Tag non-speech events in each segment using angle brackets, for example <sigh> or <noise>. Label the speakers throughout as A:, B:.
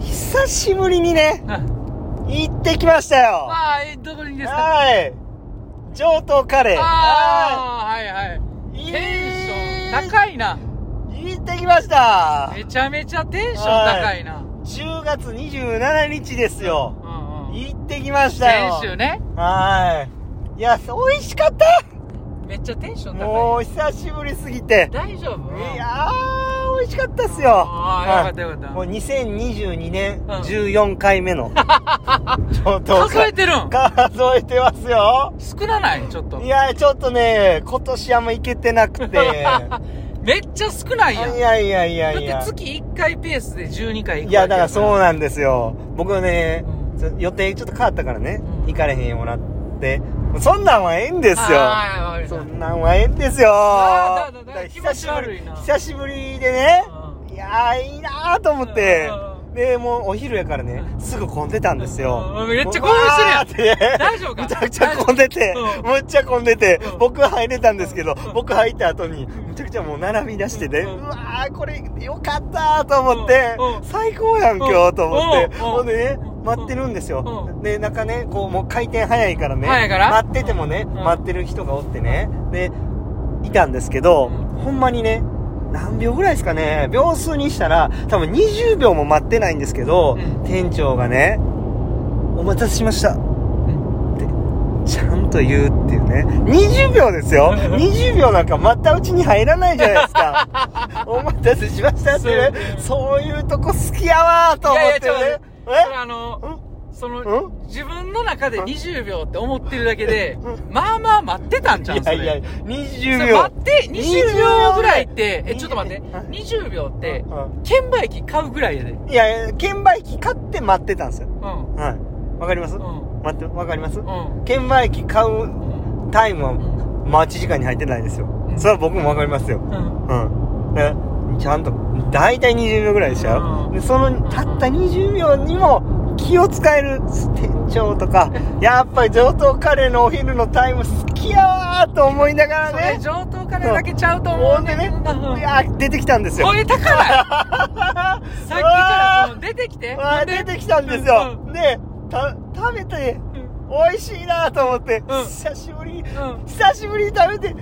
A: 久しぶりにね、
B: あ
A: 行ってきましたよ。
B: あえどこにですか
A: はい。上等カレー。は
B: ああはいはい
A: い。
B: テンション
A: い。
B: 高いな
A: 行ってきました。
B: めちゃめちゃテンション高いな
A: 10月27日ですよ。
B: うんうん
A: 行ってきましたよ。
B: 先週ね
A: はい。いや、美味しかった
B: めっちゃテンション
A: も
B: 高
A: う
B: い
A: 久しぶりすぎて。
B: 大丈夫
A: いやー、美味しかったっすよ。
B: ああよかった
A: はい
B: よかった
A: もう2022年
B: ん
A: 14回目
B: <laughs>
A: の。上等
B: 数
A: カレ
B: えてる
A: ー
B: ん
A: 数えてますよ。
B: 少なないちょっと
A: いや、ちょっとね、今年あんま行けてな
B: <laughs>
A: くて。
B: めっちゃ少ない
A: い
B: やん
A: やいやいやい
B: だ
A: や
B: って。月1回ペースで12回行く
A: いや、だからそう
B: な
A: なんですよ。僕ね、
B: うん
A: ちょ予定ちょっと変わったからね、
B: うん
A: 行かれへんようになって。そんなんはええんですよ。
B: はいはい
A: そ
B: はい
A: んなんはええんですよ。
B: あーだだだ
A: 久しぶり
B: 気持ち悪いな
A: 久しぶりでね、
B: うん
A: いやー、いいなーと思って
B: う、
A: で、もうお昼やからね、すぐ混んでたんです
B: う
A: よ
B: ん。めっちゃ興奮してるやん
A: うわーって
B: 大丈夫
A: <laughs>
B: か
A: めちゃくちゃ混んでて
B: 大丈、夫
A: むっちゃ混んでて
B: う、ん
A: 僕入れたんですけど
B: うん、
A: 僕入った後に、むちゃくちゃもう並び出してね、
B: うん
A: うわー、これよかったーと思って
B: うんう、ん
A: 最高やん、今日と思っ
B: うん
A: て、
B: うん
A: ほんでね、待ってるんです
B: う
A: よ。で、なんかね、こう、もう回転早いからね、
B: 早いから
A: 待っててもね、
B: うん
A: 待ってる人がおってね、で、いたんですけど、
B: う
A: ほんまにね、何秒ぐらいですかね、秒数にしたら、多分20秒も待ってないんですけど、
B: うん
A: 店長がね、お待たせしました。って、ちゃんと言うっていうね。20秒です
B: <laughs>
A: よ !20 秒なんか待ったうちに入らないじゃないです
B: <laughs>
A: か。お待たせしましたってね。そういうとこ好きやわーと
B: い
A: 思
B: やい
A: っ
B: や
A: て
B: ちょっと
A: ね
B: 待って。それあのその
A: ん
B: 自分の中で
A: うん
B: 20秒って思ってるだけで
A: う
B: まあまあ待ってたんじゃ
A: え
B: んそれ
A: いやいや、20秒。
B: 待って20秒ぐらいってえちょっと待って
A: うん
B: 20秒って
A: うん
B: 券売機買うぐらいやでうん
A: いやいや、券売機買って待ってたんですよ。はい。わかります、
B: うん
A: 待って、わかります
B: うん
A: 券売機買うタイムは待ち時間に入ってないですよ。
B: うん
A: それは僕もわかりますよ。
B: うん
A: うん。でちゃんと、だいたい20秒ぐらいでしたよ
B: う。ん
A: で、その、たった20秒にも気を使える店長と
B: <laughs>
A: か、やっぱり上等カレーのお昼のタイム好きやわーと思いなが
B: それ
A: らね、
B: 上等カレーだけちゃうと思
A: ほ
B: うんんだ
A: でね、
B: けどうん
A: いやー出てきたんですよ。
B: 声高
A: <laughs>
B: ないさっきからその出てきて
A: あー出てきたんですよ。で、た、食べて、美味しいなと思って、
B: うん
A: 久しぶりに、
B: うんうん
A: 久しぶりに食べて、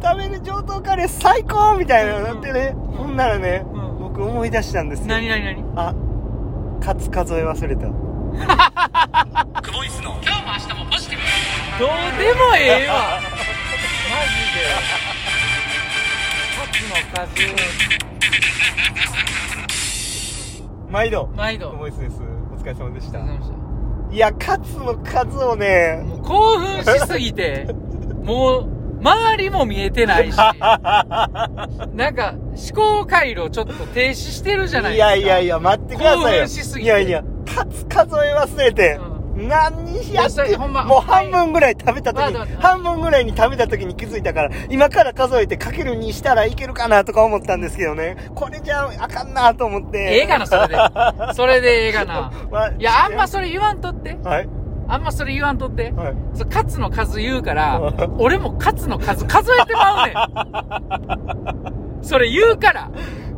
A: 食べる上等カレー最高みたいなのなってね、
B: うん
A: ほんならね、
B: うん
A: 僕思い出したんですよ。
B: 何何何
A: あ、カツ数え忘れ
B: <laughs>
A: た。
B: どうでもええわマジでカツの
A: 毎度。
B: 数毎度あり
A: ボイスです。お疲れ様でし
B: が
A: た
B: とうござ。いました
A: いや、カツの数をね、
B: もう興奮しすぎて、もう、周りも見えてないし、なんか、思考回路ちょっと停止してるじゃない
A: い
B: ですか。
A: やいやいや、待ってくださいよ。
B: 興奮しすぎて
A: いやいや、カツ数え忘れて、何やっ
B: いやそれ
A: て、
B: ほんま
A: もう半分ぐらい食べた時
B: はい
A: に、
B: 待って待って
A: 半分ぐらいに食べた時に気づいたから、今から数えてかけるにしたらいけるかなとか思ったんですけどね、これじゃあかんなと思って。
B: ええかな、それで。それでええかな。
A: <laughs> ま
B: いや、あんまそれ言わんとって。
A: はい。
B: あんまそれ言わんとって。
A: はい。
B: そうカツの数言うから、俺もカツの数数えてまうねん。それ言うから。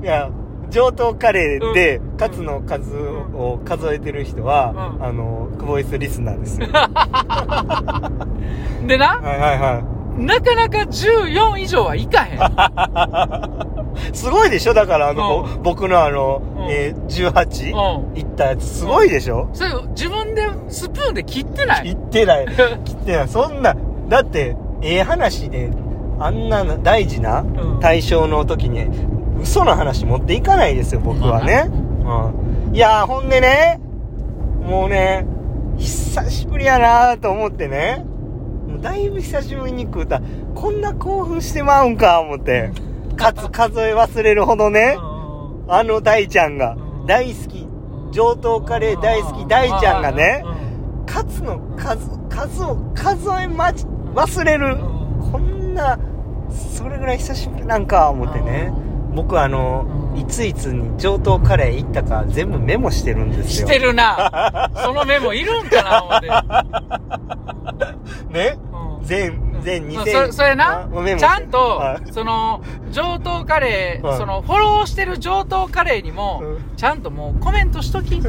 A: いや、上等カレーで
B: う、ん
A: カツの数を数えてる人は、
B: うん
A: あの、クボイスリスナーですよ。 <laughs>
B: でな、
A: はいはいは
B: なかなか14以上はいかへん。
A: い。 <laughs> すごいでしょだから、あの、
B: うん
A: 僕のあの、
B: うん
A: <laughs> えー、18、
B: う
A: 行ったやつ、すごいでしょ、
B: それ自分でスプーンで切ってない
A: 行ってない。切ってない。そんな、だって、ええ話で、あんなの大事な
B: うん
A: 対象の時に、嘘の話持っていかないですよ、僕はね。うん。いやー、ほんでね、もうね、久しぶりやなーと思ってね、もうだいぶ久しぶりに食うた。こんな興奮してまうんか、思って。かつ数え忘れるほどね、
B: うん
A: あの大ちゃんが、大好き、上等カレー大好き大ちゃんがねカツの数、数を数えまち、忘れる。こんな、それぐらい久しぶりなんか、思ってね。僕あの、
B: うん
A: いついつに上等カレー行ったか全部メモしてるんです
B: し
A: よ。
B: て
A: <laughs>
B: るなそのメモいるんかな思って
A: ね全、
B: んうん
A: 全2000
B: まあそそれな
A: あメモして
B: ちゃんと
A: はい
B: その上等カレ
A: は
B: ー
A: い
B: そのフォローしてる上等カレーにも
A: うん
B: ちゃんともうコメントしとき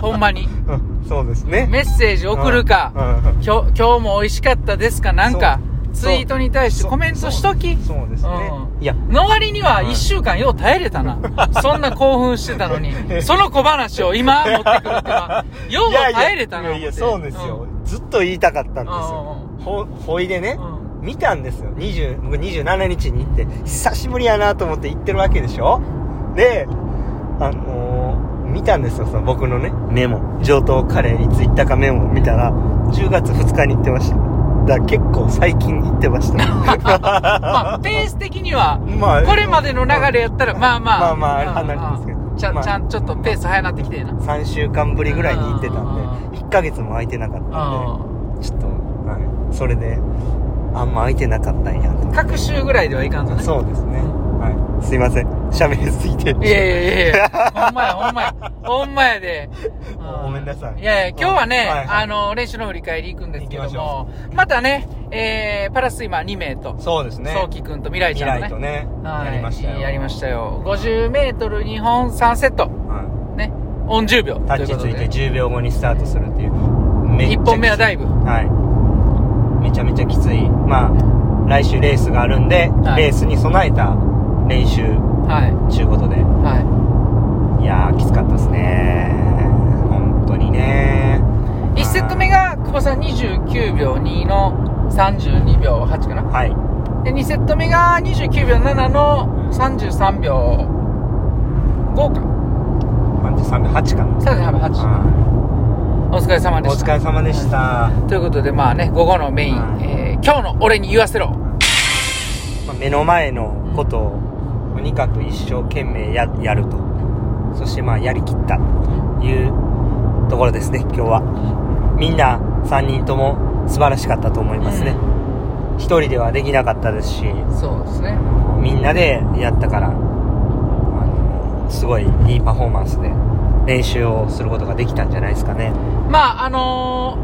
B: ほんまに
A: うんそうですね。
B: メッセージ送る
A: う
B: か
A: ん。うん
B: 今日今日も美味しかったですかなんか
A: そう
B: ツイートに対してコメントしとき
A: そうそうですね。
B: う
A: いや、
B: の割には
A: うん
B: 1週間よう耐えれたなそんな興奮してたのに
A: <laughs>
B: その小話を今持ってくるってのはよう
A: いやいや
B: 耐えれたない
A: やいや、そうですよ。ずっと言いたかったんですよ。ほ、ほいでね、見たんですよ。20、僕27日に行って、久しぶりやなと思って行ってるわけでしょで、あのー見たんですよ、その僕のね、メモ。上等カレーいつ行ったかメモを見たら、10月2日に行ってました。だから結構最近行ってました。
B: <laughs> ま
A: <laughs>
B: あ、ペース的には、
A: ま
B: これまでの流れやったら、まあまあ。
A: まあまあ
B: うん
A: 離れてますけど
B: ちゃ
A: まあ
B: ん、ちゃん、ちょっとペース早なってきてえな。
A: 3週間ぶりぐらいに行ってたん
B: あ
A: で、1ヶ月も空いてなかったんで、
B: う
A: ちょっと、はい。それで、あんま空いてなかったんやと
B: ん。各週ぐらいではいかんぞね。
A: そうですね。はい。すいません。喋りすぎて。
B: いやいやいや
A: <laughs>
B: いや、ほんまや、ほんまや、ほんまやで。う
A: ごめんなさい
B: いやいや、今日はね、
A: はいはい
B: あの、練習の振り返り行くんですけど
A: 行きまし
B: も、またね、えー、パラスイマー2名と、
A: そうですね。
B: そうきくんと未来ち
A: 未
B: ゃんの
A: 来
B: ね
A: と。ね、
B: はい
A: やりましたよ。
B: やりましたよ。50メートル2本3セット。
A: は
B: ね。オン10秒。
A: いタッチついて10秒後にスタートするっていう。めっちゃきつい
B: 1本目はダイブ。
A: はい。めちゃめちゃきつい。まあ、来週レースがあるんで、
B: はい
A: レースに備えた練習
B: はい。
A: ちゅうことで。
B: はい。
A: いやー、きつかったですね。本当にね。
B: 1セット目が久保さん29秒2の32秒8かな
A: はい。
B: で2セット目が29秒7の33秒5か
A: 33秒8かな。
B: 33秒8
A: は
B: お疲れ様
A: い
B: で
A: お
B: し
A: 疲
B: た
A: れ様でした。
B: ということでまあね午後のメイン、
A: はい
B: えー今日の俺に言わせろ
A: まあ目の前のことをとにかく一生懸命ややるとそしてまあやりきったというところですね今日はみんな3人とも素晴らしかったと思いますね、一人ではできなかったですし
B: そうですね
A: みんなでやったからあのすごいいいパフォーマンスで練習をすることができたんじゃないですかね
B: まああの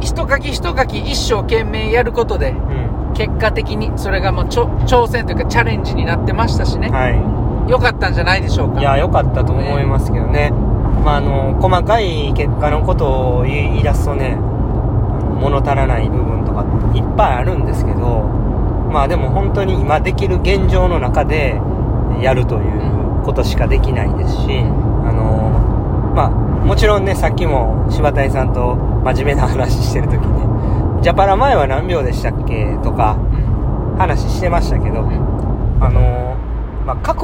B: ー、一かき一かき一生懸命やることで
A: うん
B: 結果的にそれがもうちょ挑戦というかチャレンジになってましたしね、
A: は
B: 良かったんじゃないでしょうか
A: いいや良かったと思いますけどねまああの細かい結果のことを言い言い出すとねあの物足らない部分とかいっぱいあるんですけどまあでも本当に今できる現状の中でやるということしかできないですしあのまあもちろんねさっきも柴谷さんと真面目な話してる時に「ジャパラ前は何秒でしたっけ?」とか
B: うん
A: 話してましたけど
B: うん
A: あのまあ、過去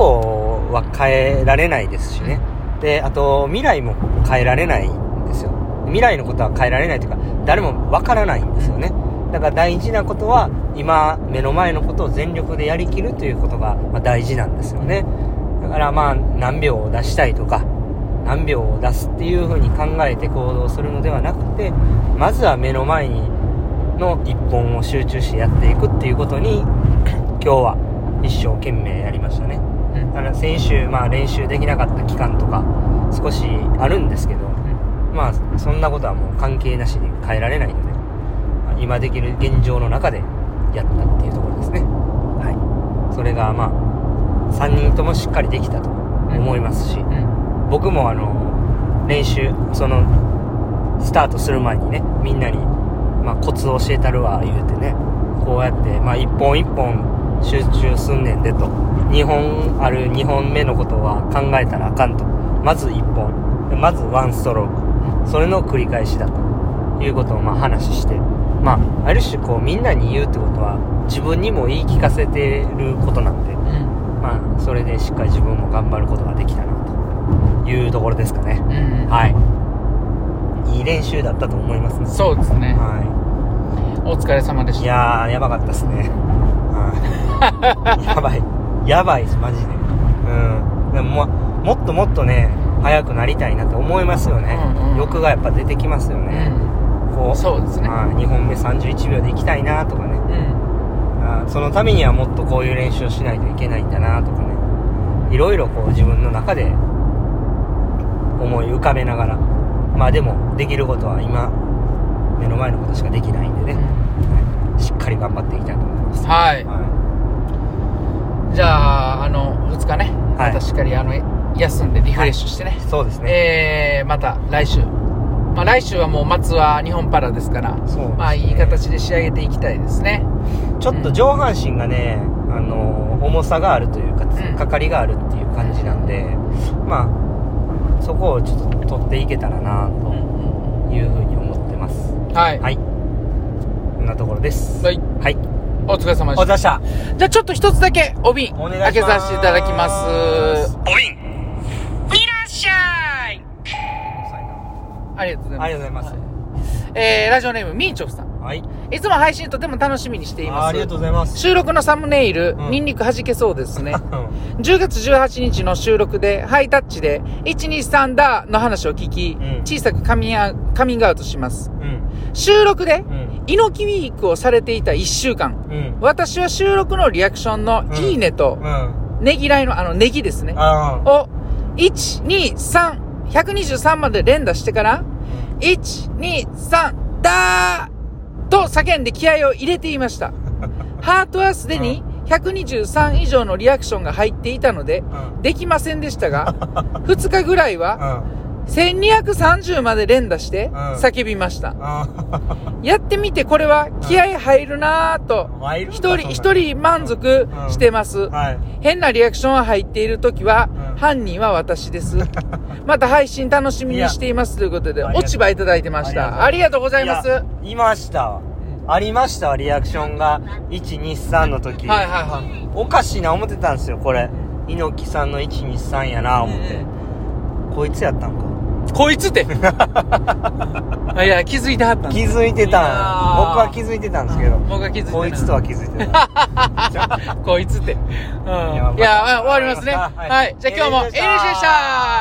A: は変えられないですしね。で、あと、未来も変えられないんですよ。未来のことは変えられないというか、誰もわからないんですよね。だから大事なことは、今、目の前のことを全力でやりきるということが、まあ、大事なんですよね。だからまあ、何秒を出したいとか、何秒を出すっていうふうに考えて行動するのではなくて、まずは目の前にの一本を集中してやっていくっていうことに、今日は一生懸命やりましたね。
B: うん
A: だから先週、まあ、練習できなかった期間とか少しあるんですけど、まあ、そんなことはもう関係なしに変えられないので、まあ今できる現状の中でやったっていうところですね。はい。それが、まあ、3人ともしっかりできたと思いますし、
B: うん
A: 僕もあの、練習、その、スタートする前にね、みんなに、まあ、コツを教えたるわ、言うてね、こうやって、まあ、一本一本集中すんねんでと、2本ある2本目のことは考えたらあかんと。まず1本、でまず1ストローク、それの繰り返しだということをまあ話して、まあ、ある種こうみんなに言うってことは、自分にも言い聞かせてることなんで、
B: うん
A: まあ、それでしっかり自分も頑張ることができたなというところですかね。
B: うん
A: はい。いい練習だったと思いますね。
B: そうですね。
A: は
B: お疲れ様で
A: い。
B: し
A: い
B: た。
A: やー、やばかったですね。
B: <laughs>
A: はい。やばい。やばいです、マジで。うん。でも、まもっともっとね、速くなりたいなって思いますよね。
B: うんうん
A: 欲がやっぱ出てきますよね。こ
B: うん、
A: う、
B: そうですね。
A: まあ、2本目31秒で行きたいなとかね。
B: うん。
A: あーそのためにはもっとこういう練習をしないといけないんだなとかねいろいろこう自分の中で思い浮かべながらまあでもできることは今目の前のことしかできないんでね、はいしっかり頑張っていきたいと思います。
B: はい
A: は
B: じゃああの2日ね、
A: はい
B: またしっかりあの休んでリフレッシュしてね、
A: い。そうですね。
B: えー、また来週、まあ、来週はもう松は日本パラですから
A: そうですね
B: まあいい形で仕上げていきたいですね
A: ちょっと上半身がね、あの重さがあるというか、つっかかりがあるっていう感じなんで、まあ、そこをちょっと取っていけたらな
B: うんうん
A: というふうに思ってます。
B: はい、
A: はい。こんなところです。
B: はい、
A: はい。
B: お疲れ様
A: お
B: でし
A: 疲れ様
B: た
A: でした。
B: じゃあちょっと一つだけお瓶
A: お願いしま
B: 開
A: す。
B: けさせていただきます。
A: おいん
B: いらっしゃいありがとうございます
A: ありがとうございます
B: はいえー、ラジオネームみーちょふさん
A: はい。
B: いつも配信とても楽しみにしています
A: ありがとうございます。
B: 収録のサムネイル、
A: うん
B: ニンニク弾けそうですね。10月18日の収録で、ハイタッチで、123だの話を聞き、
A: うん
B: 小さくカミンアカミングアウトします。
A: うん。
B: 収録で
A: う、ん。
B: 猪木ウィークをされていた1週間、
A: うん。
B: 私は収録のリアクションの
A: ん
B: いいねと、
A: うん。
B: ねぎらいの、あの、ネギですね。
A: ああ。
B: を、1、2、3、123まで連打してから、1、2、3、だーと叫んで気合を入れていま
A: <laughs>
B: した。ハートはすでに123以上のリアクションが入っていたので、
A: うん。
B: できませんでしたが、2日 <laughs> ぐらいは
A: うん。
B: 1230まで連打して
A: ん
B: 叫びました。
A: あ
B: やってみてこれは気合入るなぁと、
A: あ。一
B: 一人、一。人満足してます。
A: はい。
B: 変なリアクションが入っている時は、
A: うん
B: 犯人は私
A: <laughs>
B: です。また配信楽しみにしていますということで、
A: いや
B: 落ち葉いただいてました。あ
A: あ
B: りがとうございます。
A: い
B: はい
A: やいましたわありましたわリアクションが123の時、
B: はいはい。
A: おかしいな思ってたんですよこれ猪木さんの123やな思って、
B: うん
A: こいつやったんか
B: こい
A: <laughs>
B: つって。いや、気づいてはったん
A: 気
B: です
A: づいてたん僕
B: いやー
A: は気づいてたんですけど
B: 僕は気づいてない
A: こいつとは気づいてない
B: こいつって。うん。いや、
A: や
B: まあ終わりますね。
A: はい
B: はい。じゃあ今日も、エ
A: エ
B: イ
A: イ
B: リ
A: リッシュ
B: ッシュで
A: で
B: し
A: したた